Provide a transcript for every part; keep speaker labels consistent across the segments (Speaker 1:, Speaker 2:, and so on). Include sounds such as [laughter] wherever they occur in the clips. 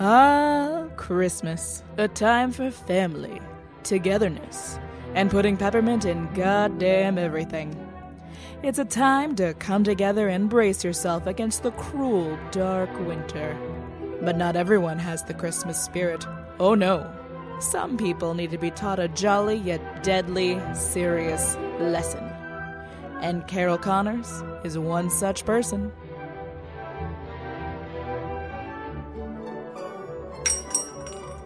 Speaker 1: Ah, Christmas. A time for family, togetherness, and putting peppermint in goddamn everything. It's a time to come together and brace yourself against the cruel, dark winter. But not everyone has the Christmas spirit. Oh no. Some people need to be taught a jolly yet deadly, serious lesson. And Carol Connors is one such person.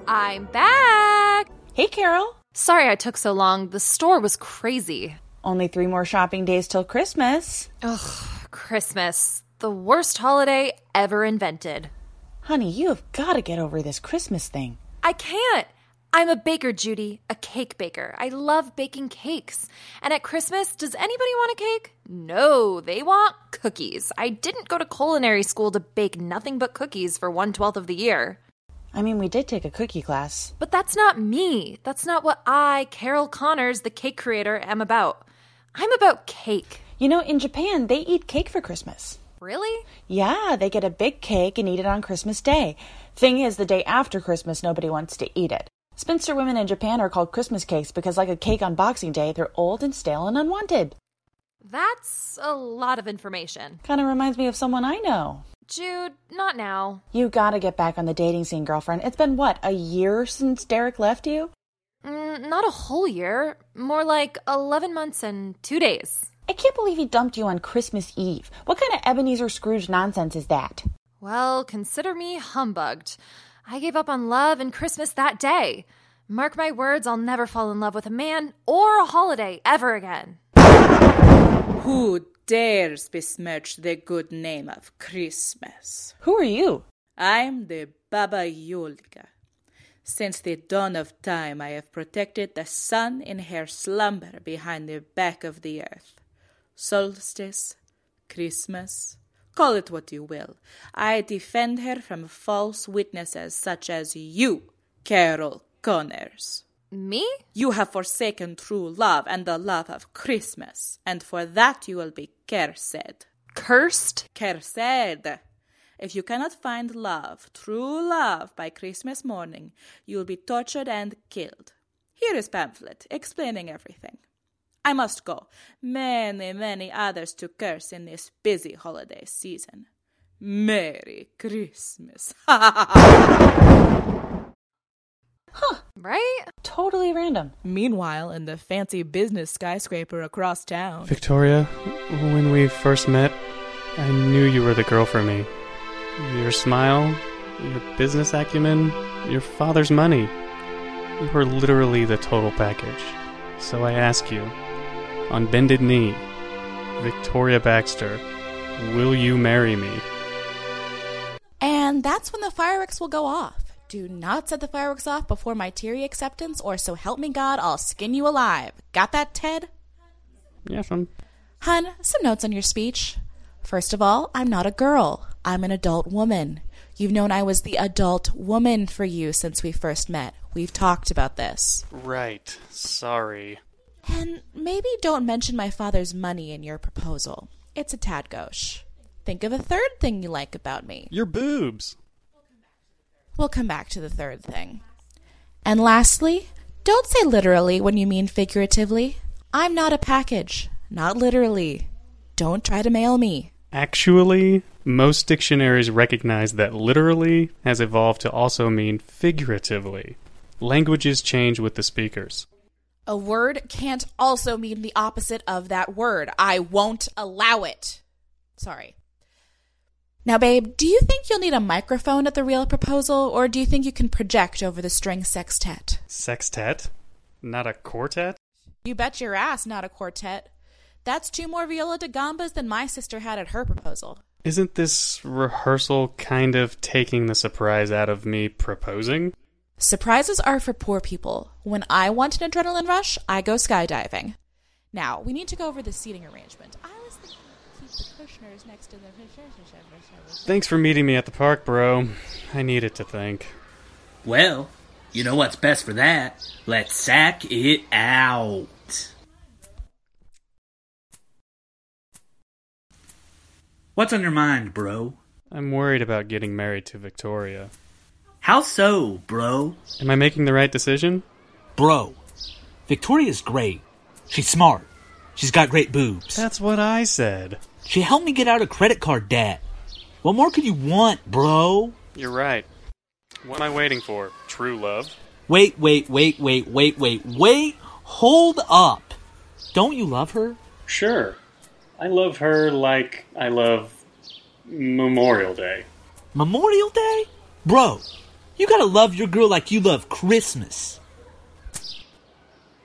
Speaker 2: I'm back.
Speaker 3: Hey, Carol.
Speaker 2: Sorry I took so long. The store was crazy.
Speaker 3: Only three more shopping days till Christmas.
Speaker 2: Christmas, the worst holiday ever invented.
Speaker 3: Honey, you have got to get over this Christmas thing.
Speaker 2: I can't. I'm a baker, Judy, a cake baker. I love baking cakes. And at Christmas, does anybody want a cake? No, they want cookies. I didn't go to culinary school to bake nothing but cookies for one twelfth of the year.
Speaker 3: I mean, we did take a cookie class.
Speaker 2: But that's not me. That's not what I, Carol Connors, the cake creator, am about. I'm about cake.
Speaker 3: You know, in Japan, they eat cake for Christmas.
Speaker 2: Really?
Speaker 3: Yeah, they get a big cake and eat it on Christmas Day. Thing is, the day after Christmas, nobody wants to eat it. Spinster women in Japan are called Christmas cakes because, like a cake on Boxing Day, they're old and stale and unwanted.
Speaker 2: That's a lot of information.
Speaker 3: Kind of reminds me of someone I know.
Speaker 2: Jude, not now.
Speaker 3: You gotta get back on the dating scene, girlfriend. It's been, what, a year since Derek left you?
Speaker 2: Mm, not a whole year. More like 11 months and two days.
Speaker 3: I can't believe he dumped you on Christmas Eve. What kind of Ebenezer Scrooge nonsense is that?
Speaker 2: Well, consider me humbugged. I gave up on love and Christmas that day. Mark my words, I'll never fall in love with a man or a holiday ever again.
Speaker 1: Who dares besmirch the good name of Christmas?
Speaker 3: Who are you?
Speaker 1: I'm the Baba Yulga. Since the dawn of time, I have protected the sun in her slumber behind the back of the earth. Solstice, Christmas, call it what you will. I defend her from false witnesses such as you, Carol Connors.
Speaker 2: Me?
Speaker 1: You have forsaken true love and the love of Christmas, and for that you will be cursed.
Speaker 2: Cursed?
Speaker 1: Cursed. If you cannot find love, true love, by Christmas morning, you will be tortured and killed. Here is pamphlet explaining everything. I must go. Many, many others to curse in this busy holiday season. Merry Christmas. [laughs]
Speaker 2: Right?
Speaker 3: Totally random.
Speaker 1: Meanwhile, in the fancy business skyscraper across town.
Speaker 4: Victoria, when we first met, I knew you were the girl for me. Your smile, your business acumen, your father's money. You were literally the total package. So I ask you, on bended knee, Victoria Baxter, will you marry me?
Speaker 5: And that's when the fireworks will go off. Do not set the fireworks off before my teary acceptance, or so help me God, I'll skin you alive. Got that, Ted?
Speaker 4: Yes, I'm.
Speaker 5: Hun, some notes on your speech. First of all, I'm not a girl. I'm an adult woman. You've known I was the adult woman for you since we first met. We've talked about this.
Speaker 4: Right. Sorry.
Speaker 5: And maybe don't mention my father's money in your proposal. It's a tad gauche. Think of a third thing you like about me.
Speaker 4: Your boobs.
Speaker 5: We'll come back to the third thing. And lastly, don't say literally when you mean figuratively. I'm not a package, not literally. Don't try to mail me.
Speaker 4: Actually, most dictionaries recognize that literally has evolved to also mean figuratively. Languages change with the speakers.
Speaker 5: A word can't also mean the opposite of that word. I won't allow it. Sorry. Now, babe, do you think you'll need a microphone at the real proposal, or do you think you can project over the string sextet?
Speaker 4: Sextet? Not a quartet?
Speaker 5: You bet your ass not a quartet. That's two more viola da gambas than my sister had at her proposal.
Speaker 4: Isn't this rehearsal kind of taking the surprise out of me proposing?
Speaker 5: Surprises are for poor people. When I want an adrenaline rush, I go skydiving. Now, we need to go over the seating arrangement. I was thinking keep the cushioners next to the
Speaker 4: Thanks for meeting me at the park, bro. I needed to think.
Speaker 6: Well, you know what's best for that. Let's sack it out. What's on your mind, bro?
Speaker 4: I'm worried about getting married to Victoria.
Speaker 6: How so, bro?
Speaker 4: Am I making the right decision?
Speaker 7: Bro, Victoria's great. She's smart. She's got great boobs.
Speaker 4: That's what I said.
Speaker 7: She helped me get out of credit card debt. What more could you want, bro?
Speaker 4: You're right. What am I waiting for? True love.
Speaker 7: Wait, wait, wait, wait, wait, wait, wait. Hold up. Don't you love her?
Speaker 4: Sure. I love her like I love Memorial Day.
Speaker 7: Memorial Day? Bro, you gotta love your girl like you love Christmas.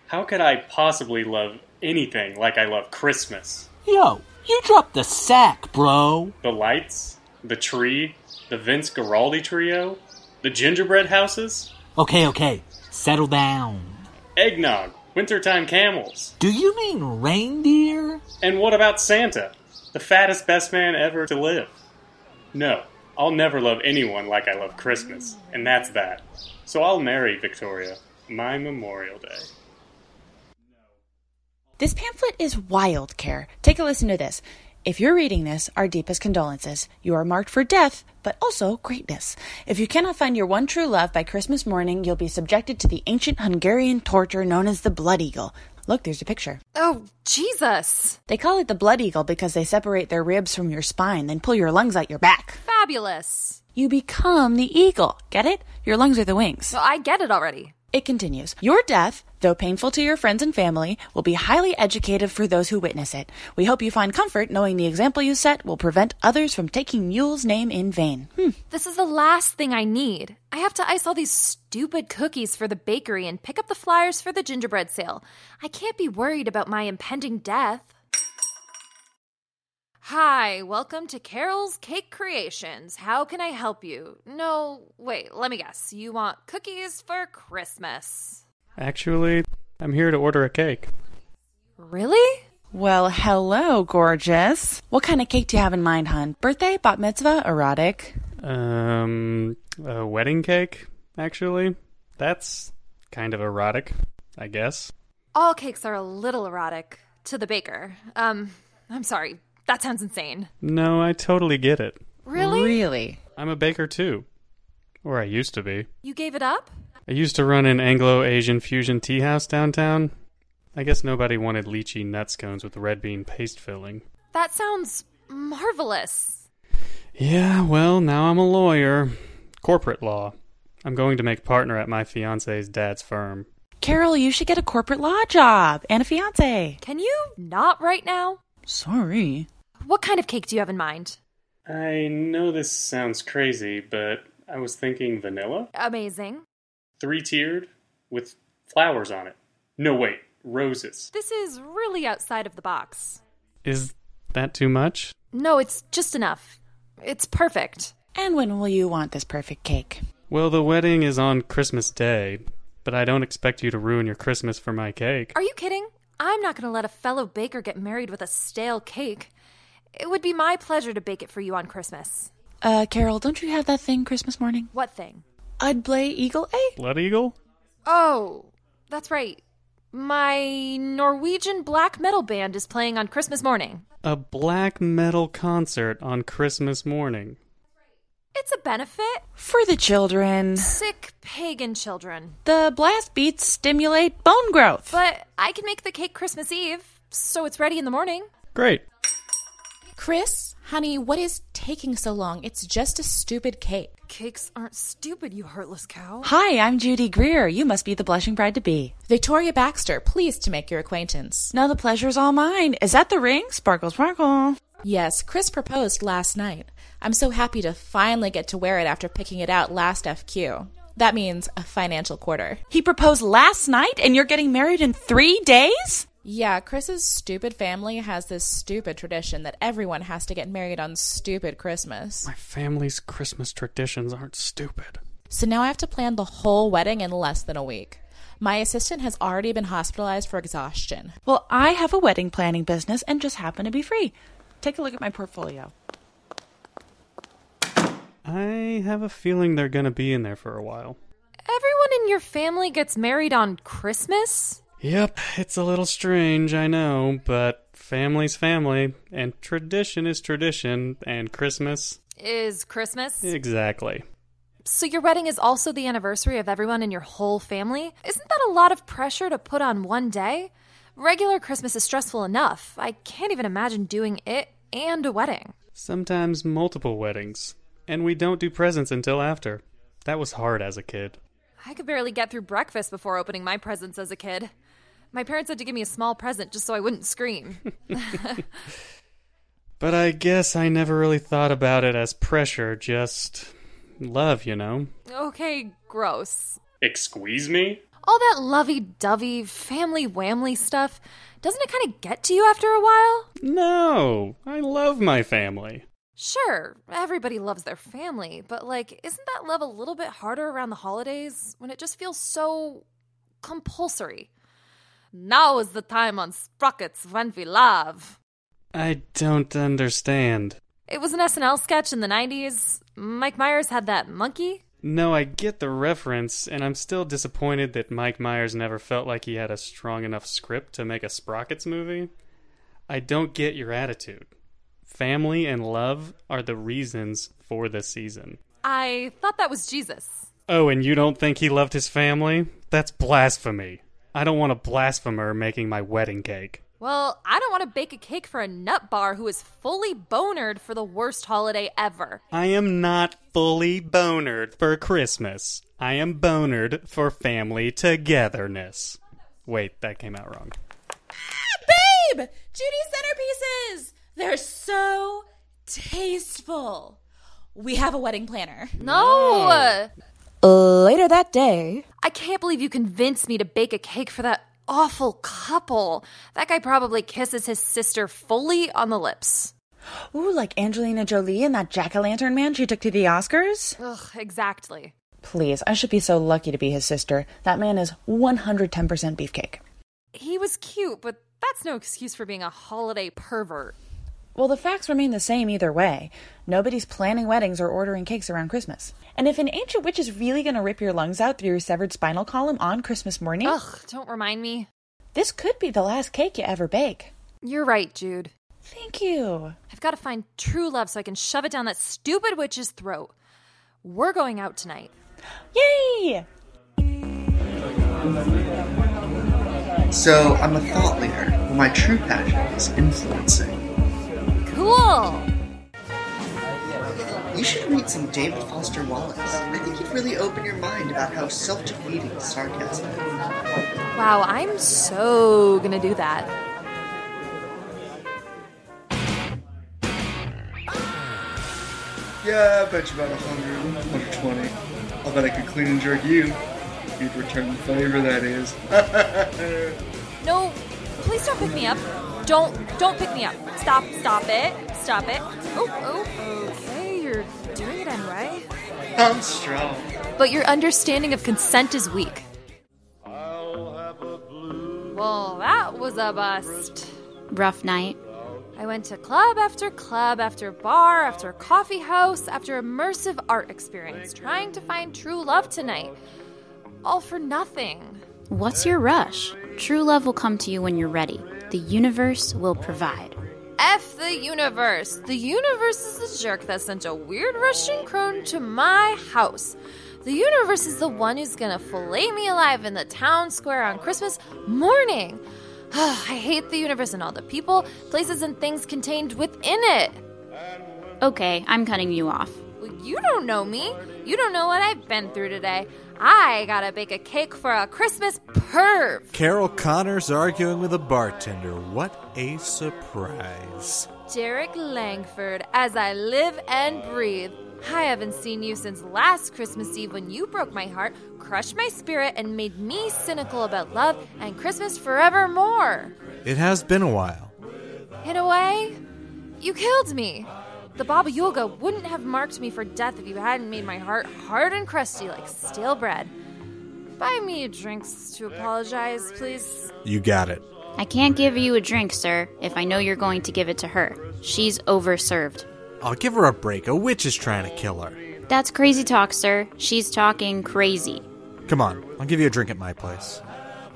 Speaker 4: How could I possibly love anything like I love Christmas?
Speaker 7: Yo, you dropped the sack, bro.
Speaker 4: The lights, the tree, the Vince Guaraldi trio, the gingerbread houses,
Speaker 7: Okay, okay. Settle down.
Speaker 4: eggnog, wintertime camels.
Speaker 7: Do you mean reindeer?
Speaker 4: And what about Santa, the fattest best man ever to live? No, I'll never love anyone like I love Christmas, and that's that. So I'll marry Victoria, my Memorial Day.
Speaker 3: This pamphlet is wild, Care. Take a listen to this. If you're reading this, our deepest condolences. You are marked for death, but also greatness. If you cannot find your one true love by Christmas morning, you'll be subjected to the ancient Hungarian torture known as the Blood Eagle. Look, there's a picture.
Speaker 2: Oh, Jesus.
Speaker 3: They call it the Blood Eagle because they separate their ribs from your spine, then pull your lungs out your back.
Speaker 2: Fabulous.
Speaker 3: You become the eagle. Get it? Your lungs are the wings.
Speaker 2: Well, I get it already.
Speaker 3: It continues Your death, though painful to your friends and family, will be highly educative for those who witness it. We hope you find comfort knowing the example you set will prevent others from taking Yule's name in vain. Hmm.
Speaker 2: This is the last thing I need. I have to ice all these stupid cookies for the bakery and pick up the flyers for the gingerbread sale. I can't be worried about my impending death. Hi, welcome to Carol's Cake Creations. How can I help you? No, wait, let me guess. You want cookies for Christmas.
Speaker 4: Actually, I'm here to order a cake.
Speaker 2: Really?
Speaker 3: Well, hello, gorgeous. What kind of cake do you have in mind, hon? Birthday, bat mitzvah, erotic?
Speaker 4: Um, a wedding cake, actually. That's kind of erotic, I guess.
Speaker 2: All cakes are a little erotic to the baker. Um, I'm sorry. That sounds insane.
Speaker 4: No, I totally get it.
Speaker 2: Really?
Speaker 3: Really?
Speaker 4: I'm a baker too. Or I used to be.
Speaker 2: You gave it up?
Speaker 4: I used to run an Anglo Asian fusion tea house downtown. I guess nobody wanted lychee nuts cones with red bean paste filling.
Speaker 2: That sounds marvelous.
Speaker 4: Yeah, well, now I'm a lawyer. Corporate law. I'm going to make partner at my fiance's dad's firm.
Speaker 3: Carol, you should get a corporate law job and a fiance.
Speaker 2: Can you not right now?
Speaker 3: Sorry.
Speaker 2: What kind of cake do you have in mind?
Speaker 4: I know this sounds crazy, but I was thinking vanilla?
Speaker 2: Amazing.
Speaker 4: Three tiered, with flowers on it. No, wait, roses.
Speaker 2: This is really outside of the box.
Speaker 4: Is that too much?
Speaker 2: No, it's just enough. It's perfect.
Speaker 3: And when will you want this perfect cake?
Speaker 4: Well, the wedding is on Christmas Day, but I don't expect you to ruin your Christmas for my cake.
Speaker 2: Are you kidding? I'm not going to let a fellow baker get married with a stale cake. It would be my pleasure to bake it for you on Christmas.
Speaker 3: Uh, Carol, don't you have that thing Christmas morning?
Speaker 2: What thing?
Speaker 3: I'd play Eagle A.
Speaker 4: Blood Eagle?
Speaker 2: Oh, that's right. My Norwegian black metal band is playing on Christmas morning.
Speaker 4: A black metal concert on Christmas morning.
Speaker 2: It's a benefit.
Speaker 3: For the children.
Speaker 2: Sick pagan children.
Speaker 3: The blast beats stimulate bone growth.
Speaker 2: But I can make the cake Christmas Eve, so it's ready in the morning.
Speaker 4: Great.
Speaker 5: Chris, honey, what is taking so long? It's just a stupid cake.
Speaker 2: Cakes aren't stupid, you heartless cow.
Speaker 3: Hi, I'm Judy Greer. You must be the blushing bride to be.
Speaker 5: Victoria Baxter, pleased to make your acquaintance.
Speaker 3: Now the pleasure's all mine. Is that the ring? Sparkle, sparkle.
Speaker 5: Yes, Chris proposed last night. I'm so happy to finally get to wear it after picking it out last FQ. That means a financial quarter.
Speaker 3: He proposed last night and you're getting married in three days?
Speaker 5: Yeah, Chris's stupid family has this stupid tradition that everyone has to get married on stupid Christmas.
Speaker 4: My family's Christmas traditions aren't stupid.
Speaker 5: So now I have to plan the whole wedding in less than a week. My assistant has already been hospitalized for exhaustion.
Speaker 3: Well, I have a wedding planning business and just happen to be free. Take a look at my portfolio.
Speaker 4: I have a feeling they're gonna be in there for a while.
Speaker 2: Everyone in your family gets married on Christmas?
Speaker 4: Yep, it's a little strange, I know, but family's family, and tradition is tradition, and Christmas.
Speaker 2: Is Christmas?
Speaker 4: Exactly.
Speaker 2: So, your wedding is also the anniversary of everyone in your whole family? Isn't that a lot of pressure to put on one day? Regular Christmas is stressful enough. I can't even imagine doing it and a wedding.
Speaker 4: Sometimes multiple weddings. And we don't do presents until after. That was hard as a kid.
Speaker 2: I could barely get through breakfast before opening my presents as a kid. My parents had to give me a small present just so I wouldn't scream. [laughs]
Speaker 4: But I guess I never really thought about it as pressure, just love, you know?
Speaker 2: okay, gross.
Speaker 4: Excuse me?
Speaker 2: All that lovey dovey, family whamly stuff, doesn't it kind of get to you after a while?
Speaker 4: No, I love my family.
Speaker 2: Sure, everybody loves their family, but like, isn't that love a little bit harder around the holidays when it just feels so compulsory? Now is the time on Sprockets when we love.
Speaker 4: I don't understand.
Speaker 2: It was an SNL sketch in the 90s. Mike Myers had that monkey.
Speaker 4: No, I get the reference, and I'm still disappointed that Mike Myers never felt like he had a strong enough script to make a Sprockets movie. I don't get your attitude. Family and love are the reasons for this season.
Speaker 2: I thought that was Jesus.
Speaker 4: Oh, and you don't think he loved his family? That's blasphemy. I don't want a blasphemer making my wedding cake.
Speaker 2: Well, I don't want to bake a cake for a nut bar who is fully bonered for the worst holiday ever.
Speaker 4: I am not fully bonered for Christmas. I am bonered for family togetherness. Wait, that came out wrong.
Speaker 5: uh, Babe, Judy's centerpieces. They're so tasteful. We have a wedding planner.
Speaker 2: No!
Speaker 8: Later that day,
Speaker 2: I can't believe you convinced me to bake a cake for that awful couple. That guy probably kisses his sister fully on the lips.
Speaker 3: Ooh, like Angelina Jolie and that jack o' lantern man she took to the Oscars?
Speaker 2: Ugh, exactly.
Speaker 3: Please, I should be so lucky to be his sister. That man is 110% beefcake.
Speaker 2: He was cute, but that's no excuse for being a holiday pervert.
Speaker 3: Well, the facts remain the same either way. Nobody's planning weddings or ordering cakes around Christmas. And if an ancient witch is really going to rip your lungs out through your severed spinal column on Christmas morning,
Speaker 2: Ugh, don't remind me.
Speaker 3: this could be the last cake you ever bake.
Speaker 2: You're right, Jude.
Speaker 3: Thank you.
Speaker 2: I've got to find true love so I can shove it down that stupid witch's throat. We're going out tonight.
Speaker 3: Yay!
Speaker 9: So I'm a thought leader, but my true passion is influencing.
Speaker 2: Cool!
Speaker 9: You should read some David Foster Wallace. I think you'd really open your mind about how self-defeating sarcasm is.
Speaker 2: Wow, I'm so gonna do that.
Speaker 9: Yeah, I bet you about 100, 120. I'll bet I could clean and jerk you. You'd return the favor, that is.
Speaker 2: No, please don't pick me up. Don't, don't pick me up. Stop, stop it. Stop it. Oh, oh, okay, you're doing it anyway.
Speaker 9: I'm strong.
Speaker 2: But your understanding of consent is weak. Well, that was a bust.
Speaker 10: Rough night.
Speaker 2: I went to club after club, after bar, after coffee house, after immersive art experience, trying to find true love tonight. All for nothing.
Speaker 10: What's your rush? True love will come to you when you're ready. The universe will provide.
Speaker 2: F the universe. The universe is the jerk that sent a weird Russian crone to my house. The universe is the one who's gonna fillet me alive in the town square on Christmas morning. [sighs] I hate the universe and all the people, places, and things contained within it.
Speaker 10: Okay, I'm cutting you off.
Speaker 2: Well, you don't know me. You don't know what I've been through today. I gotta bake a cake for a Christmas perv.
Speaker 11: Carol Connors arguing with a bartender. What a surprise.
Speaker 2: Derek Langford, as I live and breathe. I haven't seen you since last Christmas Eve when you broke my heart, crushed my spirit, and made me cynical about love and Christmas forevermore.
Speaker 11: It has been a while.
Speaker 2: In a way, you killed me. The Baba Yaga wouldn't have marked me for death if you hadn't made my heart hard and crusty like stale bread. Buy me drinks to apologize, please.
Speaker 11: You got it.
Speaker 10: I can't give you a drink, sir, if I know you're going to give it to her. She's overserved.
Speaker 11: I'll give her a break. A witch is trying to kill her.
Speaker 10: That's crazy talk, sir. She's talking crazy.
Speaker 11: Come on, I'll give you a drink at my place.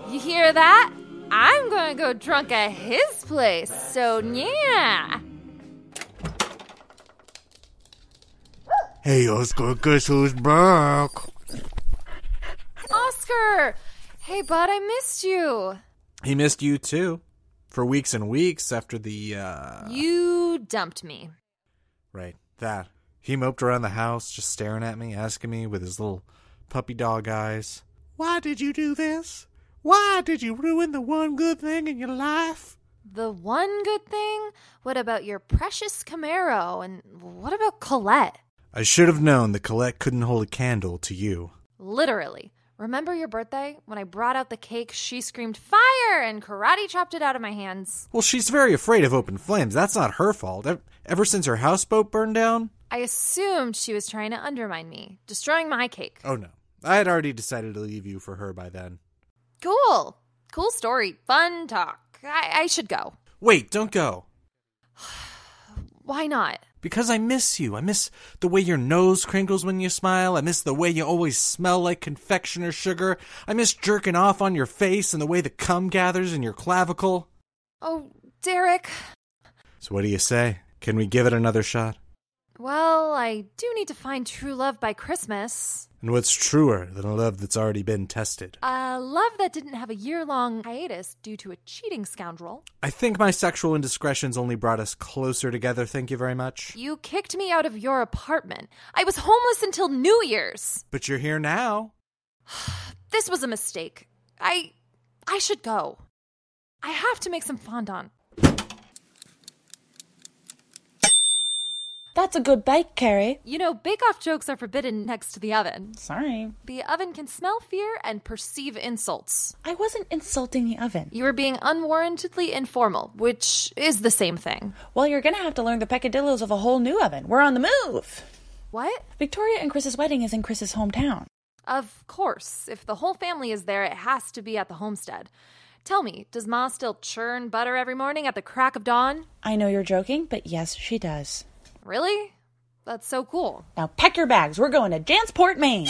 Speaker 2: You hear that? I'm gonna go drunk at his place, so yeah.
Speaker 11: Hey, Oscar, guess who's back?
Speaker 2: Oscar! Hey, bud, I missed you.
Speaker 11: He missed you too, for weeks and weeks after the. uh
Speaker 2: you dumped me.
Speaker 11: Right, that. He moped around the house, just staring at me, asking me with his little puppy dog eyes.
Speaker 6: Why did you do this? Why did you ruin the one good thing in your life?
Speaker 2: The one good thing? What about your precious Camaro? And what about Colette?
Speaker 11: I should have known that Colette couldn't hold a candle to you.
Speaker 2: Literally. Remember your birthday? When I brought out the cake, she screamed fire and karate chopped it out of my hands.
Speaker 11: Well, she's very afraid of open flames. That's not her fault. Ev- Ever since her houseboat burned down?
Speaker 2: I assumed she was trying to undermine me, destroying my cake.
Speaker 11: Oh no. I had already decided to leave you for her by then.
Speaker 2: Cool. Cool story. Fun talk. I, I should go.
Speaker 11: Wait, don't go.
Speaker 2: Why not?
Speaker 11: Because I miss you. I miss the way your nose crinkles when you smile. I miss the way you always smell like confectioner sugar. I miss jerking off on your face and the way the cum gathers in your clavicle.
Speaker 2: Oh, Derek.
Speaker 11: So, what do you say? Can we give it another shot?
Speaker 2: Well, I do need to find true love by Christmas.
Speaker 11: And what's truer than a love that's already been tested?
Speaker 2: A love that didn't have a year long hiatus due to a cheating scoundrel.
Speaker 11: I think my sexual indiscretions only brought us closer together, thank you very much.
Speaker 2: You kicked me out of your apartment. I was homeless until New Year's.
Speaker 11: But you're here now.
Speaker 2: This was a mistake. I. I should go. I have to make some fondant.
Speaker 3: That's a good bake, Carrie.
Speaker 2: You know, bake off jokes are forbidden next to the oven.
Speaker 3: Sorry.
Speaker 2: The oven can smell fear and perceive insults.
Speaker 3: I wasn't insulting the oven.
Speaker 2: You were being unwarrantedly informal, which is the same thing.
Speaker 3: Well, you're going to have to learn the peccadillos of a whole new oven. We're on the move.
Speaker 2: What?
Speaker 3: Victoria and Chris's wedding is in Chris's hometown.
Speaker 2: Of course. If the whole family is there, it has to be at the homestead. Tell me, does Ma still churn butter every morning at the crack of dawn?
Speaker 3: I know you're joking, but yes, she does.
Speaker 2: Really? That's so cool.
Speaker 3: Now pack your bags. We're going to Jansport, Maine.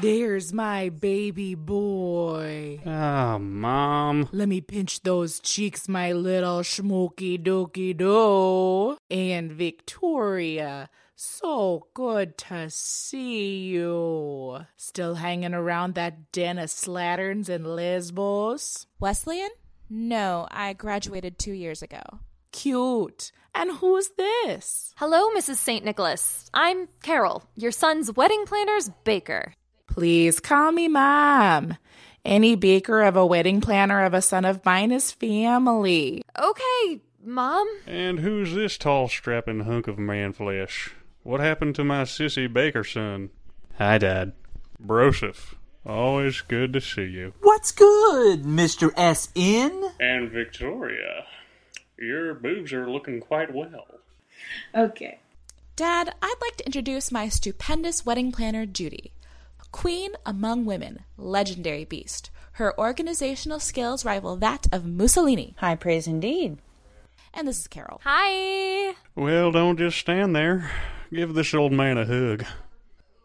Speaker 5: There's my baby boy.
Speaker 12: Oh, Mom.
Speaker 5: Let me pinch those cheeks, my little schmooky dookie doo. And Victoria, so good to see you. Still hanging around that den of slatterns in Lesbos?
Speaker 13: Wesleyan? No, I graduated two years ago.
Speaker 5: Cute. And who's this?
Speaker 2: Hello, Mrs. St. Nicholas. I'm Carol, your son's wedding planner's baker.
Speaker 5: Please call me Mom. Any baker of a wedding planner of a son of mine is family.
Speaker 2: Okay, Mom.
Speaker 12: And who's this tall, strapping hunk of man flesh? What happened to my sissy baker son?
Speaker 4: Hi, Dad.
Speaker 12: Broseph. Always good to see you.
Speaker 4: What's good, Mr. S.N.?
Speaker 12: And Victoria, your boobs are looking quite well.
Speaker 13: Okay. Dad, I'd like to introduce my stupendous wedding planner, Judy. Queen among women, legendary beast. Her organizational skills rival that of Mussolini.
Speaker 3: High praise indeed.
Speaker 13: And this is Carol.
Speaker 2: Hi.
Speaker 12: Well, don't just stand there. Give this old man a hug.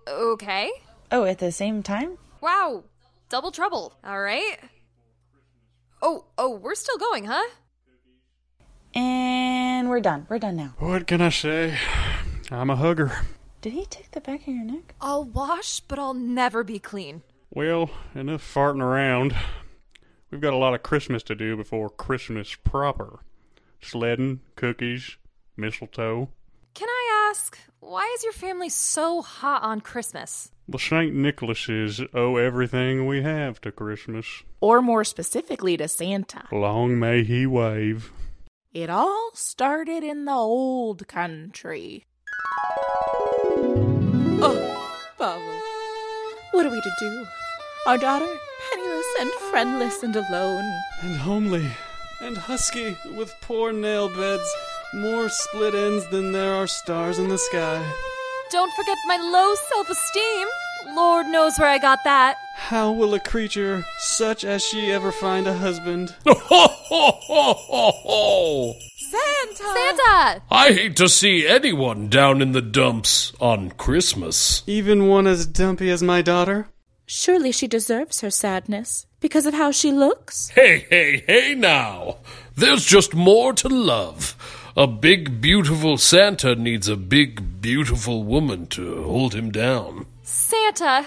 Speaker 2: Okay.
Speaker 3: Oh, at the same time?
Speaker 2: Wow. Double trouble. All right. Oh, oh, we're still going, huh?
Speaker 3: And we're done. We're done now.
Speaker 12: What can I say? I'm a hugger.
Speaker 3: Did he take the back of your neck?
Speaker 2: I'll wash, but I'll never be clean.
Speaker 12: Well, enough farting around. We've got a lot of Christmas to do before Christmas proper sledding, cookies, mistletoe.
Speaker 2: Can I ask, why is your family so hot on Christmas?
Speaker 12: The St. Nicholases owe everything we have to Christmas.
Speaker 5: Or more specifically, to Santa.
Speaker 12: Long may he wave.
Speaker 5: It all started in the old country.
Speaker 14: Oh, Bowel. What are we to do? Our daughter, penniless and friendless and alone.
Speaker 12: And homely and husky with poor nail beds, more split ends than there are stars in the sky.
Speaker 2: Don't forget my low self esteem. Lord knows where I got that.
Speaker 12: How will a creature such as she ever find a husband?
Speaker 15: Ho ho ho ho ho!
Speaker 13: Santa!
Speaker 15: Oh,
Speaker 2: Santa!
Speaker 15: I hate to see anyone down in the dumps on Christmas.
Speaker 12: Even one as dumpy as my daughter?
Speaker 14: Surely she deserves her sadness
Speaker 16: because of how she looks?
Speaker 15: Hey, hey, hey now! There's just more to love. A big, beautiful Santa needs a big, beautiful woman to hold him down.
Speaker 2: Santa,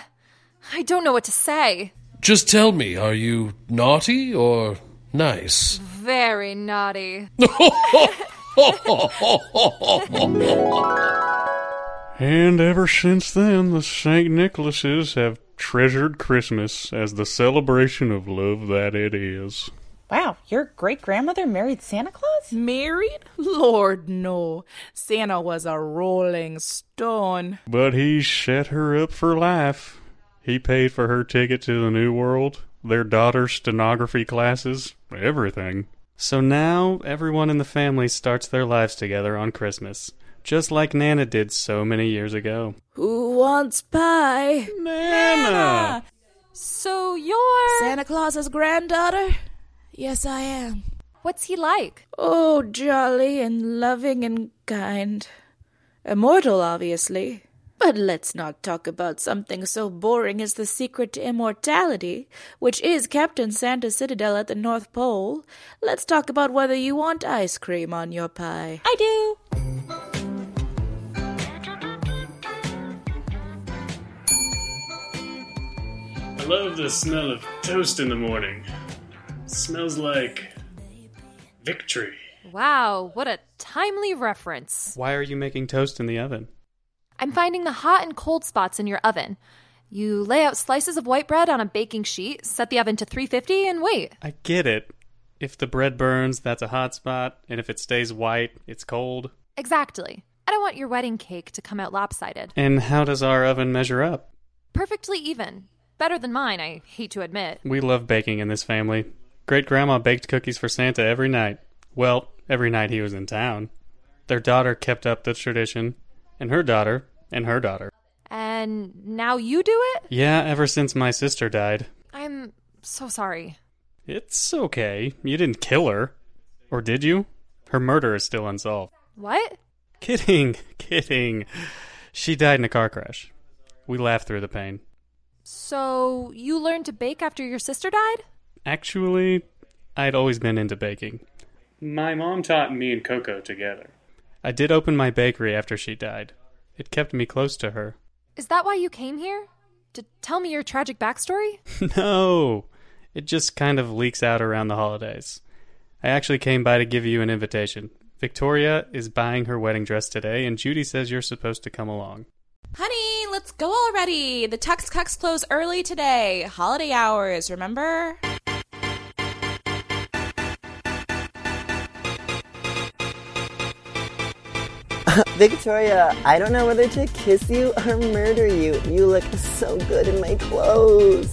Speaker 2: I don't know what to say.
Speaker 15: Just tell me, are you naughty or nice? [laughs]
Speaker 2: Very naughty.
Speaker 4: And ever since then, the St. Nicholases have treasured Christmas as the celebration of love that it is.
Speaker 3: Wow, your great grandmother married Santa Claus?
Speaker 1: Married? Lord, no. Santa was a rolling stone.
Speaker 4: But he set her up for life. He paid for her ticket to the New World, their daughter's stenography classes, everything. So now everyone in the family starts their lives together on Christmas, just like Nana did so many years ago.
Speaker 16: Who wants pie?
Speaker 4: Nana!
Speaker 2: So you're.
Speaker 5: Santa Claus's granddaughter? Yes, I am.
Speaker 2: What's he like?
Speaker 16: Oh, jolly and loving and kind. Immortal, obviously. But let's not talk about something so boring as the secret to immortality, which is kept in Santa's citadel at the North Pole. Let's talk about whether you want ice cream on your pie.
Speaker 5: I do.
Speaker 17: I love the smell of toast in the morning. smells like victory.
Speaker 2: Wow, what a timely reference.
Speaker 4: Why are you making toast in the oven?
Speaker 2: I'm finding the hot and cold spots in your oven. You lay out slices of white bread on a baking sheet, set the oven to 350, and wait.
Speaker 4: I get it. If the bread burns, that's a hot spot, and if it stays white, it's cold.
Speaker 2: Exactly. I don't want your wedding cake to come out lopsided.
Speaker 4: And how does our oven measure up?
Speaker 2: Perfectly even. Better than mine, I hate to admit.
Speaker 4: We love baking in this family. Great grandma baked cookies for Santa every night. Well, every night he was in town. Their daughter kept up the tradition, and her daughter, and her daughter.
Speaker 2: And now you do it?
Speaker 4: Yeah, ever since my sister died.
Speaker 2: I'm so sorry.
Speaker 4: It's okay. You didn't kill her. Or did you? Her murder is still unsolved. [laughs]
Speaker 2: What?
Speaker 4: Kidding, kidding. She died in a car crash. We laughed through the pain.
Speaker 2: So you learned to bake after your sister died?
Speaker 4: Actually, I'd always been into baking. My mom taught me and Coco together. I did open my bakery after she died. It kept me close to her.
Speaker 2: Is that why you came here? To tell me your tragic backstory?
Speaker 4: [laughs] no, it just kind of leaks out around the holidays. I actually came by to give you an invitation. Victoria is buying her wedding dress today, and Judy says you're supposed to come along.
Speaker 5: Honey, let's go already. The Tux Cucks close early today. Holiday hours, remember?
Speaker 18: [laughs] Victoria, I don't know whether to kiss you or murder you. You look so good in my clothes.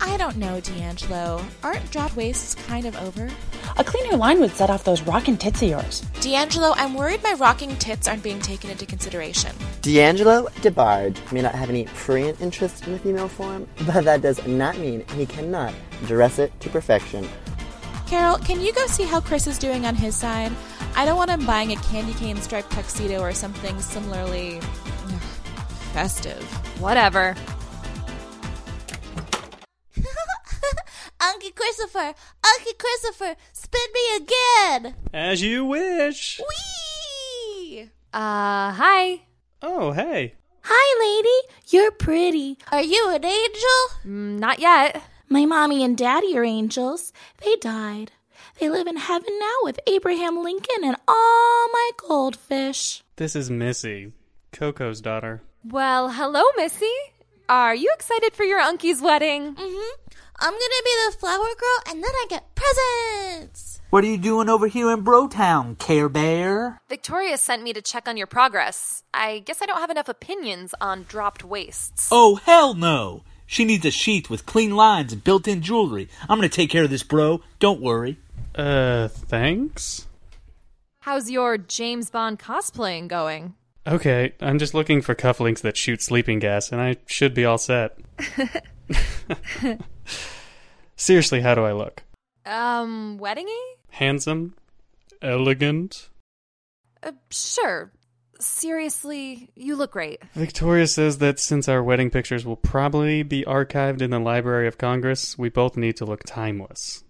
Speaker 5: I don't know, D'Angelo. Aren't drop waists kind of over?
Speaker 3: A cleaner line would set off those rockin' tits of yours.
Speaker 5: D'Angelo, I'm worried my rocking tits aren't being taken into consideration.
Speaker 18: D'Angelo DeBarge may not have any prurient interest in the female form, but that does not mean he cannot dress it to perfection.
Speaker 5: Carol, can you go see how Chris is doing on his side? I don't want him buying a candy cane striped tuxedo or something similarly ugh, festive.
Speaker 2: Whatever.
Speaker 19: Uncle Christopher, Uncle Christopher, spin me again.
Speaker 4: As you wish.
Speaker 5: Whee!
Speaker 2: Uh, hi.
Speaker 4: Oh, hey.
Speaker 19: Hi, lady. You're pretty. Are you an angel?
Speaker 2: Mm, not yet.
Speaker 19: My mommy and daddy are angels. They died. They live in heaven now with Abraham Lincoln and all my goldfish.
Speaker 4: This is Missy, Coco's daughter.
Speaker 2: Well, hello, Missy. Are you excited for your uncle's wedding?
Speaker 19: Mm-hmm. I'm gonna be the flower girl, and then I get presents.
Speaker 7: What are you doing over here in Brotown, Care Bear?
Speaker 2: Victoria sent me to check on your progress. I guess I don't have enough opinions on dropped waists.
Speaker 7: Oh, hell no! She needs a sheath with clean lines and built in jewelry. I'm gonna take care of this, bro. Don't worry.
Speaker 4: Uh, thanks?
Speaker 2: How's your James Bond cosplaying going?
Speaker 4: Okay, I'm just looking for cufflinks that shoot sleeping gas, and I should be all set. [laughs] Seriously, how do I look?
Speaker 2: Um, weddingy?
Speaker 4: Handsome? Elegant?
Speaker 2: Uh, sure. seriously, you look great.
Speaker 4: Victoria says that since our wedding pictures will probably be archived in the Library of Congress, we both need to look timeless.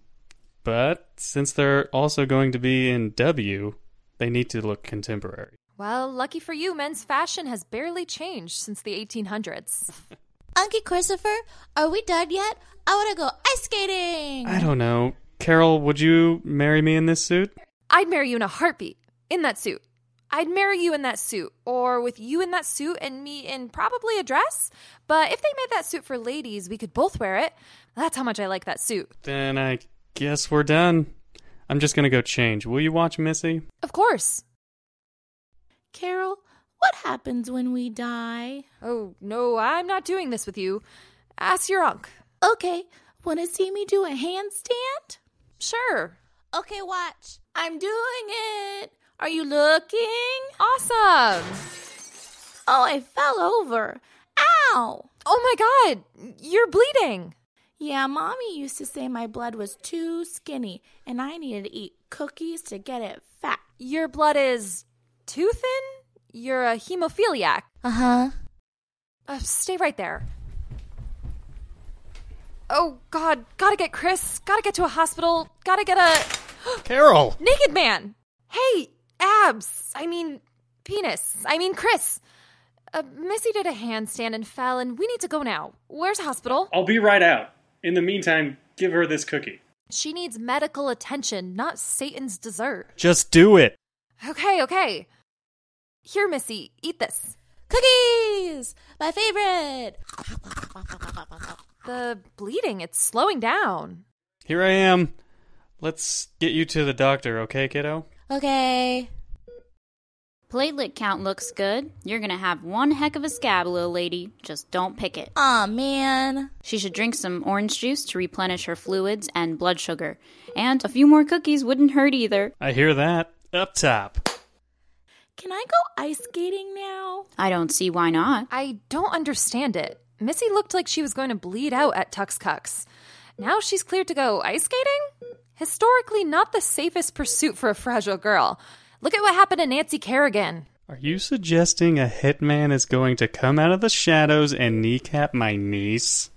Speaker 4: But since they're also going to be in W, they need to look contemporary.
Speaker 2: Well, lucky for you, men's fashion has barely changed since the
Speaker 19: [laughs]
Speaker 2: 1800s.
Speaker 20: Uncle Christopher, are we done yet? I want to go ice skating.
Speaker 4: I don't know. Carol, would you marry me in this suit?
Speaker 2: I'd marry you in a heartbeat. In that suit. I'd marry you in that suit, or with you in that suit and me in probably a dress. But if they made that suit for ladies, we could both wear it. That's how much I like that suit.
Speaker 4: Then I guess we're done. I'm just going to go change. Will you watch Missy?
Speaker 2: Of course.
Speaker 19: Carol, what happens when we die?
Speaker 2: Oh, no, I'm not doing this with you. Ask your unc.
Speaker 19: Okay, want to see me do a handstand?
Speaker 2: Sure.
Speaker 20: Okay, watch.
Speaker 19: I'm doing it. Are you looking?
Speaker 2: Awesome.
Speaker 19: Oh, I fell over. Ow.
Speaker 2: Oh my god, you're bleeding.
Speaker 19: Yeah, mommy used to say my blood was too skinny and I needed to eat cookies to get it fat.
Speaker 2: Your blood is too thin? You're a hemophiliac.
Speaker 20: Uh-huh.
Speaker 2: Uh, stay right there. Oh god, gotta get Chris, gotta get to a hospital, gotta get a
Speaker 21: Carol!
Speaker 2: Naked man! Hey, abs! I mean, penis. I mean, Chris. Uh, Missy did a handstand and fell, and we need to go now. Where's hospital?
Speaker 17: I'll be right out. In the meantime, give her this cookie.
Speaker 2: She needs medical attention, not Satan's dessert.
Speaker 4: Just do it.
Speaker 2: Okay, okay. Here, Missy, eat this.
Speaker 20: Cookies! My favorite!
Speaker 2: The bleeding, it's slowing down.
Speaker 4: Here I am. Let's get you to the doctor, okay, kiddo?
Speaker 20: Okay.
Speaker 10: Platelet count looks good. You're gonna have one heck of a scab, little lady. Just don't pick it.
Speaker 20: Aw, oh, man.
Speaker 10: She should drink some orange juice to replenish her fluids and blood sugar. And a few more cookies wouldn't hurt either.
Speaker 4: I hear that. Up top.
Speaker 19: Can I go ice skating now?
Speaker 10: I don't see why not.
Speaker 2: I don't understand it. Missy looked like she was going to bleed out at Tux Cucks. Now she's cleared to go ice skating? historically not the safest pursuit for a fragile girl. Look at what happened to Nancy Kerrigan.
Speaker 4: Are you suggesting a hitman is going to come out of the shadows and kneecap my niece?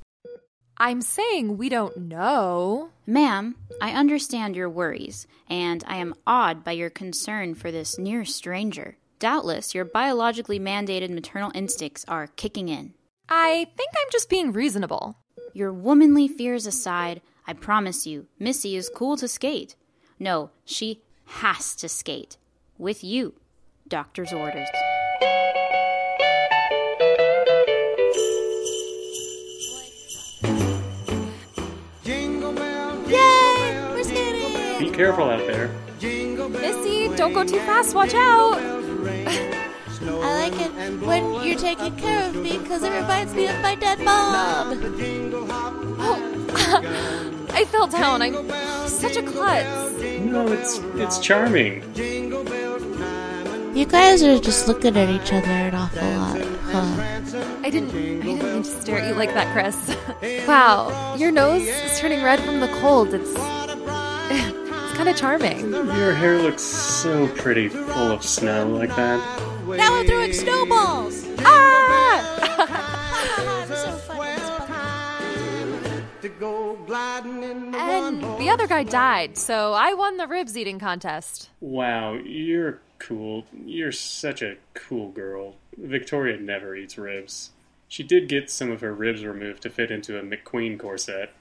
Speaker 2: I'm saying we don't know.
Speaker 10: Ma'am, I understand your worries, and I am awed by your concern for this near stranger. Doubtless, your biologically mandated maternal instincts are kicking in.
Speaker 2: I think I'm just being reasonable.
Speaker 10: Your womanly fears aside, I promise you, Missy is cool to skate. No, she has to skate. With you. Doctor's orders.
Speaker 20: Jingle bell, jingle Yay! Bell, we're skating!
Speaker 17: Be careful out there.
Speaker 2: Missy, don't go too fast. Watch out!
Speaker 20: I like it when you're taking care of me because it reminds me of my dead mom.
Speaker 2: Oh. [laughs] I fell down. I'm such a klutz.
Speaker 17: No, it's it's charming.
Speaker 20: You guys are just looking at each other an awful lot, huh?
Speaker 2: I didn't I didn't mean to stare at you like that, Chris. [laughs] wow, your nose is turning red from the cold. It's [laughs] it's kind of charming.
Speaker 17: Your hair looks so pretty, full of snow like that.
Speaker 20: Now I'm throwing snowballs.
Speaker 2: Ah! [laughs] so and the other guy died, so I won the ribs eating contest.
Speaker 17: Wow, you're cool. You're such a cool girl. Victoria never eats ribs. She did get some of her ribs removed to fit into a McQueen corset.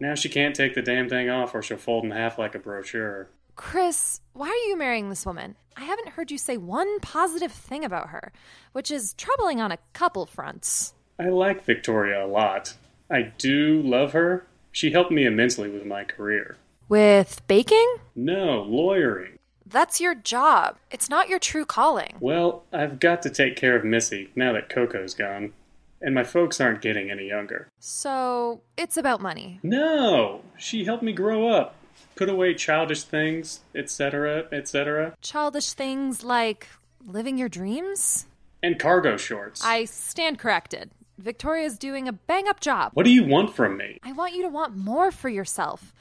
Speaker 17: Now she can't take the damn thing off or she'll fold in half like a brochure.
Speaker 2: Chris, why are you marrying this woman? I haven't heard you say one positive thing about her, which is troubling on a couple fronts.
Speaker 17: I like Victoria a lot. I do love her. She helped me immensely with my career.
Speaker 2: With baking?
Speaker 17: No, lawyering.
Speaker 2: That's your job. It's not your true calling.
Speaker 17: Well, I've got to take care of Missy now that Coco's gone. And my folks aren't getting any younger.
Speaker 2: So, it's about money.
Speaker 17: No! She helped me grow up put away childish things, etc., etc.
Speaker 2: Childish things like living your dreams?
Speaker 17: And cargo shorts.
Speaker 2: I stand corrected. Victoria's doing a bang up job.
Speaker 17: What do you want from me?
Speaker 2: I want you to want more for yourself.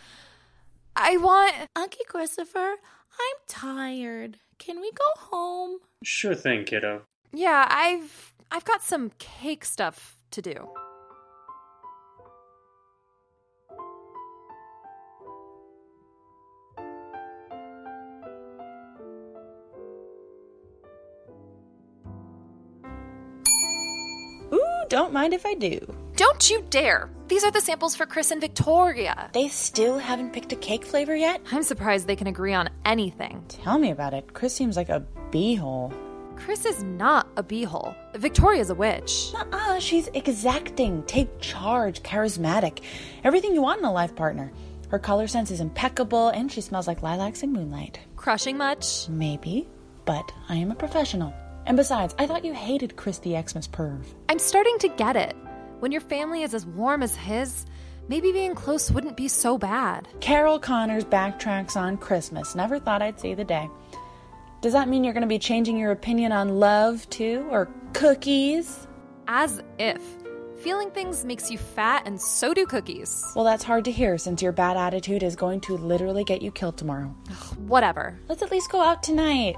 Speaker 2: I want.
Speaker 19: Uncle Christopher, I'm tired. Can we go home?
Speaker 17: Sure thing, kiddo.
Speaker 2: Yeah, I've I've got some cake stuff to do.
Speaker 3: Ooh, don't mind if I do.
Speaker 2: Don't you dare! These are the samples for Chris and Victoria.
Speaker 3: They still haven't picked a cake flavor yet?
Speaker 2: I'm surprised they can agree on anything.
Speaker 3: Tell me about it. Chris seems like a beehole.
Speaker 2: Chris is not a beehole. Victoria's a witch.
Speaker 3: Uh-uh, she's exacting, take charge, charismatic, everything you want in a life partner. Her color sense is impeccable, and she smells like lilacs and moonlight.
Speaker 2: Crushing much?
Speaker 3: Maybe, but I am a professional. And besides, I thought you hated Chris the Xmas perv.
Speaker 2: I'm starting to get it. When your family is as warm as his, maybe being close wouldn't be so bad.
Speaker 3: Carol Connors backtracks on Christmas. Never thought I'd see the day. Does that mean you're going to be changing your opinion on love too, or cookies?
Speaker 2: As if. Feeling things makes you fat, and so do cookies.
Speaker 3: Well, that's hard to hear since your bad attitude is going to literally get you killed tomorrow.
Speaker 2: Ugh, Whatever.
Speaker 3: Let's at least go out tonight.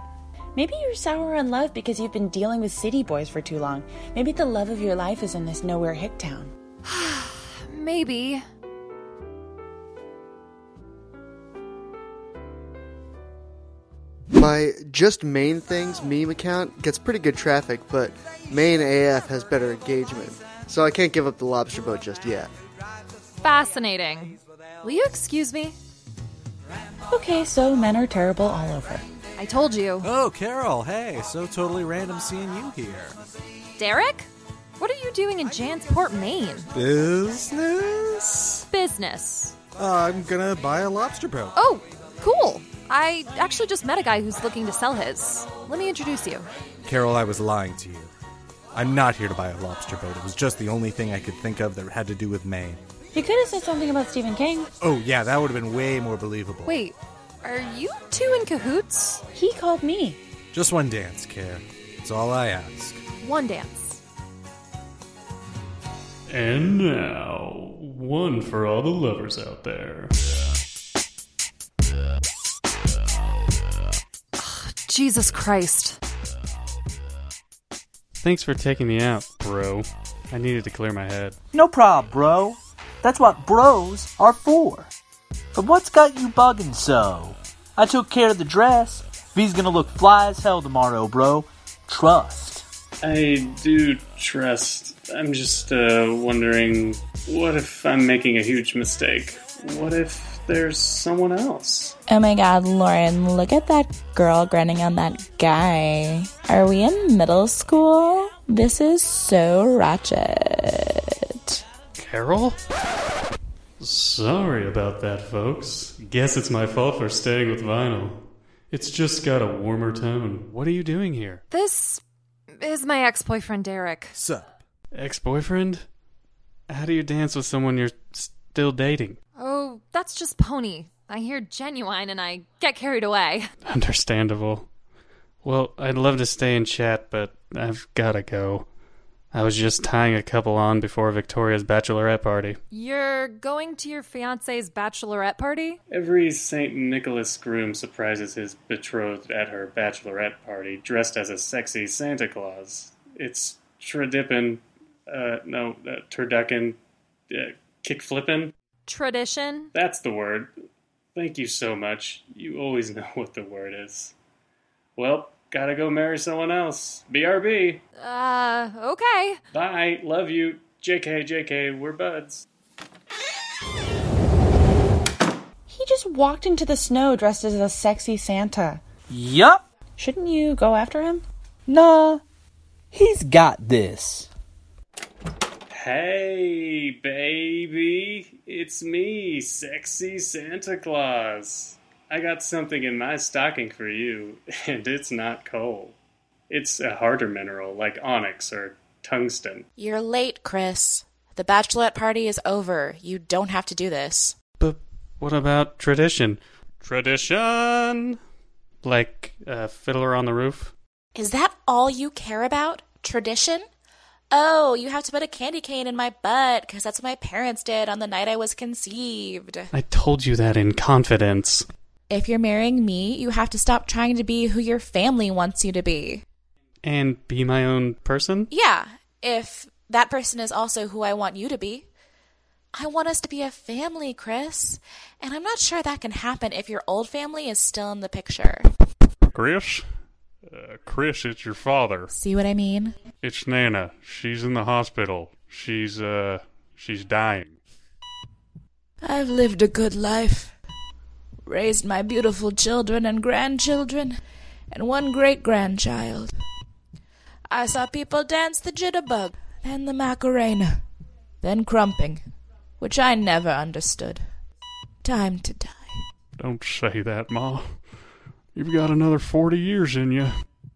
Speaker 3: Maybe you're sour on love because you've been dealing with city boys for too long. Maybe the love of your life is in this nowhere hick town.
Speaker 2: Maybe.
Speaker 22: My just main things meme account gets pretty good traffic, but main AF has better engagement. So I can't give up the lobster boat just yet.
Speaker 2: Fascinating. Will you excuse me?
Speaker 3: Okay, so men are terrible all over.
Speaker 2: I told you.
Speaker 11: Oh, Carol, hey, so totally random seeing you here.
Speaker 2: Derek? What are you doing in Jansport, Maine?
Speaker 11: Business?
Speaker 2: Business.
Speaker 11: Uh, I'm gonna buy a lobster boat.
Speaker 2: Oh, cool. I actually just met a guy who's looking to sell his. Let me introduce you.
Speaker 11: Carol, I was lying to you. I'm not here to buy a lobster boat. It was just the only thing I could think of that had to do with Maine.
Speaker 3: You could have said something about Stephen King.
Speaker 11: Oh, yeah, that would have been way more believable.
Speaker 2: Wait, are you two in cahoots?
Speaker 3: He called me.
Speaker 11: Just one dance, Care. It's all I ask.
Speaker 2: One dance.
Speaker 12: And now, one for all the lovers out there.
Speaker 2: Jesus Christ.
Speaker 4: Thanks for taking me out, bro. I needed to clear my head.
Speaker 23: No prob, bro. That's what bros are for. But what's got you bugging so? I took care of the dress. V's gonna look fly as hell tomorrow, bro. Trust.
Speaker 17: I do trust. I'm just uh, wondering what if I'm making a huge mistake? What if there's someone else?
Speaker 19: Oh my god, Lauren, look at that girl grinning on that guy. Are we in middle school? This is so ratchet.
Speaker 4: Carol? Sorry about that, folks. Guess it's my fault for staying with vinyl. It's just got a warmer tone. What are you doing here?
Speaker 2: This is my ex boyfriend, Derek.
Speaker 11: Sup?
Speaker 4: Ex boyfriend? How do you dance with someone you're still dating?
Speaker 2: Oh, that's just pony. I hear genuine and I get carried away.
Speaker 4: [laughs] Understandable. Well, I'd love to stay and chat, but I've gotta go. I was just tying a couple on before Victoria's bachelorette party.
Speaker 2: You're going to your fiance's bachelorette party?
Speaker 17: Every St. Nicholas groom surprises his betrothed at her bachelorette party dressed as a sexy Santa Claus. It's tradippin', uh, no, uh, turducken, uh, kick flippin'.
Speaker 2: Tradition?
Speaker 17: That's the word. Thank you so much. You always [laughs] know what the word is. Well, gotta go marry someone else. BRB.
Speaker 2: Uh, okay.
Speaker 17: Bye. Love you. JK, JK, we're buds.
Speaker 3: He just walked into the snow dressed as a sexy Santa.
Speaker 23: Yup.
Speaker 3: Shouldn't you go after him?
Speaker 23: Nah. He's got this.
Speaker 17: Hey, baby. It's me, sexy Santa Claus. I got something in my stocking for you, [laughs] and it's not coal. It's a harder mineral like onyx or tungsten.
Speaker 5: You're late, Chris. The bachelorette party is over. You don't have to do this.
Speaker 4: But what about tradition? Tradition! Like uh, Fiddler on the Roof?
Speaker 5: Is that all you care about? Tradition? Oh, you have to put a candy cane in my butt because that's what my parents did on the night I was conceived.
Speaker 4: I told you that in confidence.
Speaker 24: If you're marrying me, you have to stop trying to be who your family wants you to be.
Speaker 4: And be my own person?
Speaker 24: Yeah, if that person is also who I want you to be. I want us to be a family, Chris. And I'm not sure that can happen if your old family is still in the picture.
Speaker 12: Chris? Uh, Chris, it's your father.
Speaker 24: See what I mean?
Speaker 12: It's Nana. She's in the hospital. She's, uh, she's dying.
Speaker 5: I've lived a good life, raised my beautiful children and grandchildren, and one great grandchild. I saw people dance the jitterbug, then the macarena, then crumping, which I never understood. Time to die.
Speaker 12: Don't say that, Ma. You've got another 40 years in you.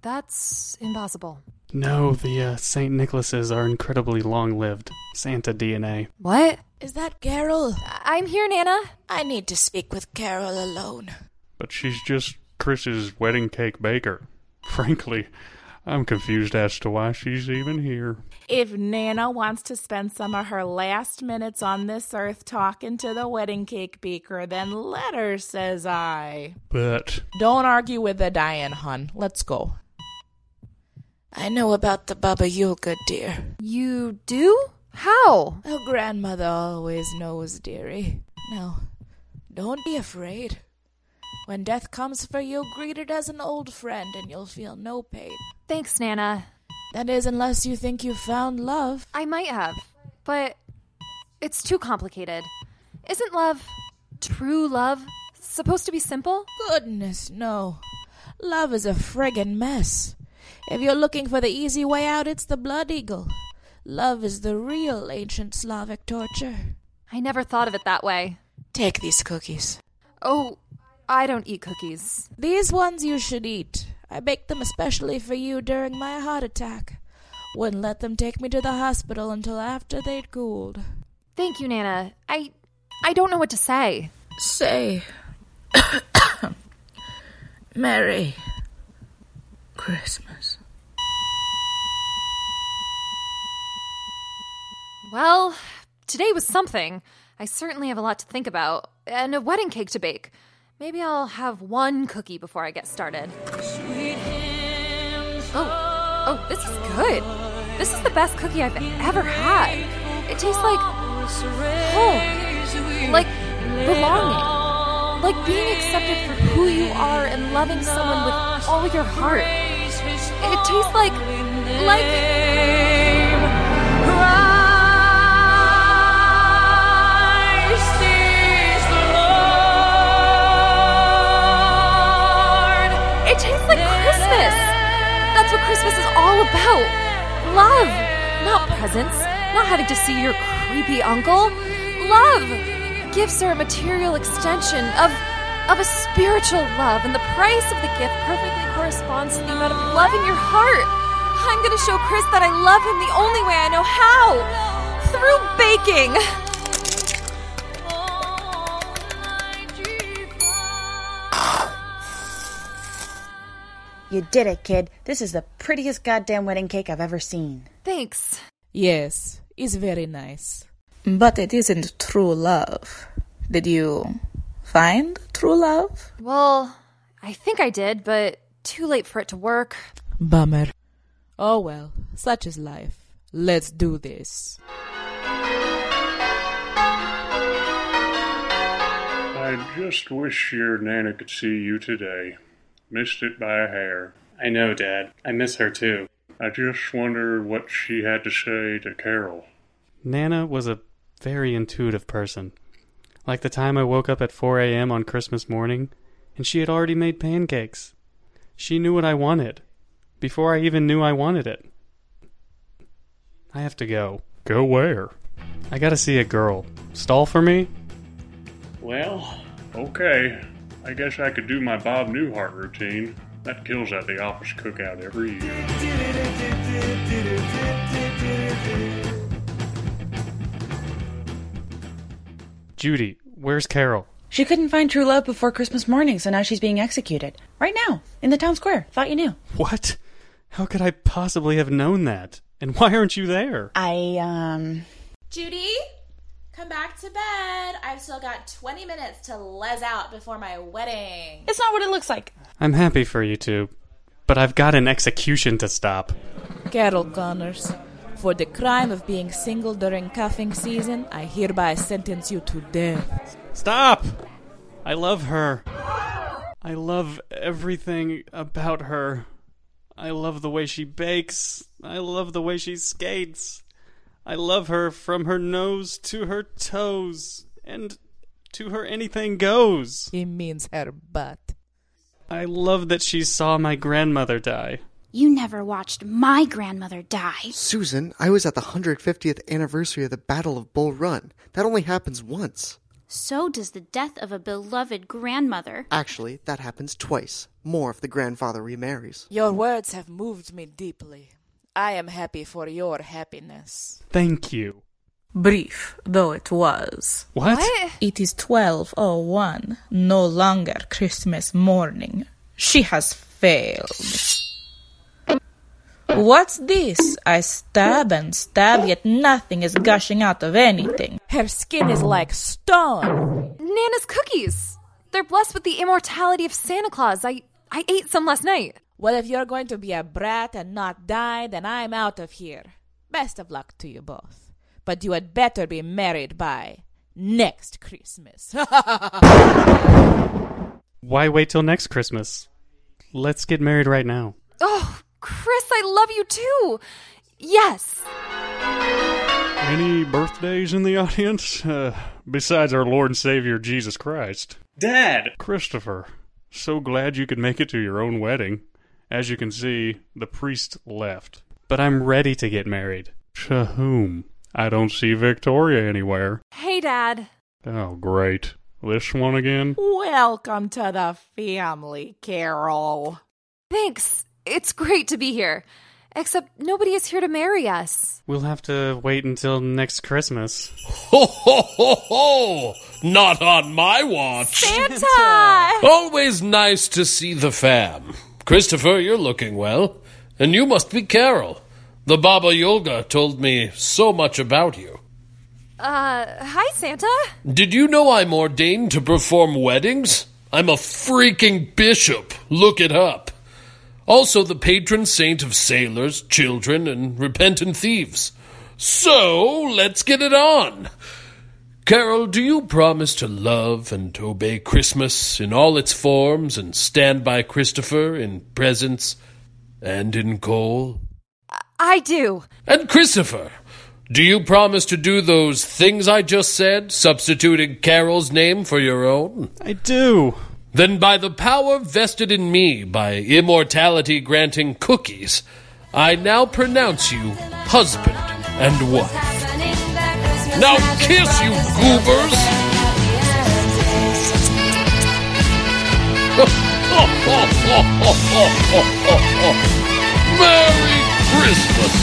Speaker 2: That's impossible.
Speaker 4: No, the uh, St. Nicholas's are incredibly long lived. Santa DNA.
Speaker 2: What?
Speaker 5: Is that Carol?
Speaker 2: I'm here, Nana.
Speaker 5: I need to speak with Carol alone.
Speaker 12: But she's just Chris's wedding cake baker. [laughs] Frankly, I'm confused as to why she's even here.
Speaker 25: If Nana wants to spend some of her last minutes on this earth talking to the wedding cake baker, then let her, says I.
Speaker 12: But
Speaker 25: Don't argue with the Diane, hon. Let's go.
Speaker 5: I know about the Baba Yaga, dear.
Speaker 2: You do? How?
Speaker 5: Oh, grandmother always knows, dearie. Now, don't be afraid. When death comes for you, greet it as an old friend and you'll feel no pain.
Speaker 2: Thanks, Nana.
Speaker 5: That is, unless you think you've found love.
Speaker 2: I might have, but it's too complicated. Isn't love, true love, supposed to be simple?
Speaker 5: Goodness, no. Love is a friggin' mess. If you're looking for the easy way out, it's the blood eagle. Love is the real ancient Slavic torture.
Speaker 2: I never thought of it that way.
Speaker 5: Take these cookies.
Speaker 2: Oh, I don't eat cookies.
Speaker 5: These ones you should eat. I baked them especially for you during my heart attack. Wouldn't let them take me to the hospital until after they'd cooled.
Speaker 2: Thank you, Nana. I I don't know what to say.
Speaker 5: Say, Merry Christmas.
Speaker 2: Well, today was something. I certainly have a lot to think about and a wedding cake to bake. Maybe I'll have one cookie before I get started. Oh, oh, this is good. This is the best cookie I've ever had. It tastes like home, like belonging, like being accepted for who you are and loving someone with all your heart. It tastes like, like. It tastes like Christmas. That's what Christmas is all about. Love. Not presents. Not having to see your creepy uncle. Love. Gifts are a material extension of of a spiritual love, and the price of the gift perfectly corresponds to the amount of love in your heart. I'm gonna show Chris that I love him the only way I know how. Through baking.
Speaker 3: You did it, kid. This is the prettiest goddamn wedding cake I've ever seen.
Speaker 2: Thanks.
Speaker 25: Yes, it's very nice.
Speaker 26: But it isn't true love. Did you find true love?
Speaker 2: Well, I think I did, but too late for it to work.
Speaker 25: Bummer. Oh well, such is life. Let's do this.
Speaker 12: I just wish your Nana could see you today. Missed it by a hair.
Speaker 27: I know, Dad. I miss her too.
Speaker 12: I just wonder what she had to say to Carol.
Speaker 4: Nana was a very intuitive person. Like the time I woke up at 4 a.m. on Christmas morning, and she had already made pancakes. She knew what I wanted, before I even knew I wanted it. I have to go.
Speaker 12: Go where?
Speaker 4: I gotta see a girl. Stall for me?
Speaker 12: Well, okay. I guess I could do my Bob Newhart routine. That kills at the office cookout every year.
Speaker 4: Judy, where's Carol?
Speaker 3: She couldn't find true love before Christmas morning, so now she's being executed. Right now, in the town square. Thought you knew.
Speaker 4: What? How could I possibly have known that? And why aren't you there?
Speaker 3: I, um.
Speaker 24: Judy?
Speaker 5: Come back to bed. I've still got 20 minutes to les out before my wedding.
Speaker 3: It's not what it looks like.
Speaker 4: I'm happy for you two, but I've got an execution to stop.
Speaker 1: Carol Connors, for the crime of being single during cuffing season, I hereby sentence you to death.
Speaker 4: Stop! I love her. I love everything about her. I love the way she bakes. I love the way she skates. I love her from her nose to her toes. And to her anything goes.
Speaker 1: He means her butt.
Speaker 4: I love that she saw my grandmother die.
Speaker 10: You never watched my grandmother die.
Speaker 22: Susan, I was at the 150th anniversary of the Battle of Bull Run. That only happens once.
Speaker 10: So does the death of a beloved grandmother.
Speaker 22: Actually, that happens twice. More if the grandfather remarries.
Speaker 1: Your words have moved me deeply. I am happy for your happiness.
Speaker 4: Thank you.
Speaker 19: Brief though it was.
Speaker 4: What?
Speaker 19: It is 1201, no longer Christmas morning. She has failed. What's this? I stab and stab, yet nothing is gushing out of anything.
Speaker 1: Her skin is like stone.
Speaker 2: Nana's cookies. They're blessed with the immortality of Santa Claus. I I ate some last night.
Speaker 1: Well, if you're going to be a brat and not die, then I'm out of here. Best of luck to you both. But you had better be married by next Christmas. [laughs]
Speaker 4: Why wait till next Christmas? Let's get married right now.
Speaker 2: Oh, Chris, I love you too. Yes.
Speaker 12: Any birthdays in the audience? [laughs] Uh, besides our Lord and Savior Jesus Christ.
Speaker 7: Dad!
Speaker 12: Christopher, so glad you could make it to your own wedding. As you can see, the priest left.
Speaker 4: But I'm ready to get married.
Speaker 12: To whom? I don't see Victoria anywhere.
Speaker 2: Hey, Dad.
Speaker 12: Oh, great. This one again?
Speaker 1: Welcome to the family, Carol.
Speaker 2: Thanks. It's great to be here. Except nobody is here to marry us.
Speaker 4: We'll have to wait until next Christmas.
Speaker 15: Ho ho ho ho! Not on my watch. [laughs]
Speaker 2: Santa!
Speaker 15: Always nice to see the fam. Christopher, you're looking well. And you must be Carol. The Baba Yoga told me so much about you.
Speaker 2: Uh, hi, Santa.
Speaker 15: Did you know I'm ordained to perform weddings? I'm a freaking bishop. Look it up. Also, the patron saint of sailors, children, and repentant thieves. So, let's get it on. Carol, do you promise to love and obey Christmas in all its forms and stand by Christopher in presents and in coal?
Speaker 2: I do.
Speaker 15: And Christopher, do you promise to do those things I just said, substituting Carol's name for your own?
Speaker 4: I do.
Speaker 15: Then, by the power vested in me by immortality granting cookies, I now pronounce you husband and wife. Now kiss, you goobers! [laughs] Merry Christmas!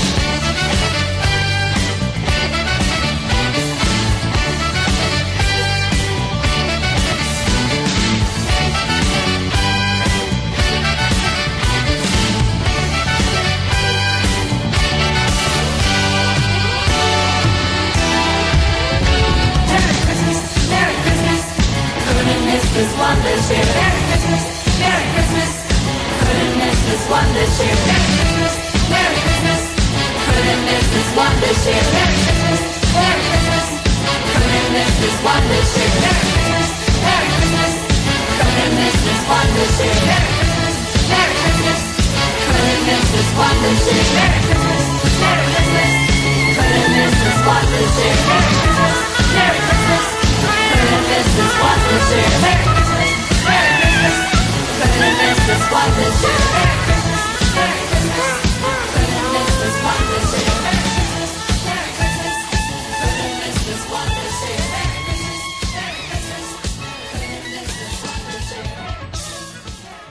Speaker 6: Merry Christmas! Merry Christmas! Merry Christmas! Merry Christmas!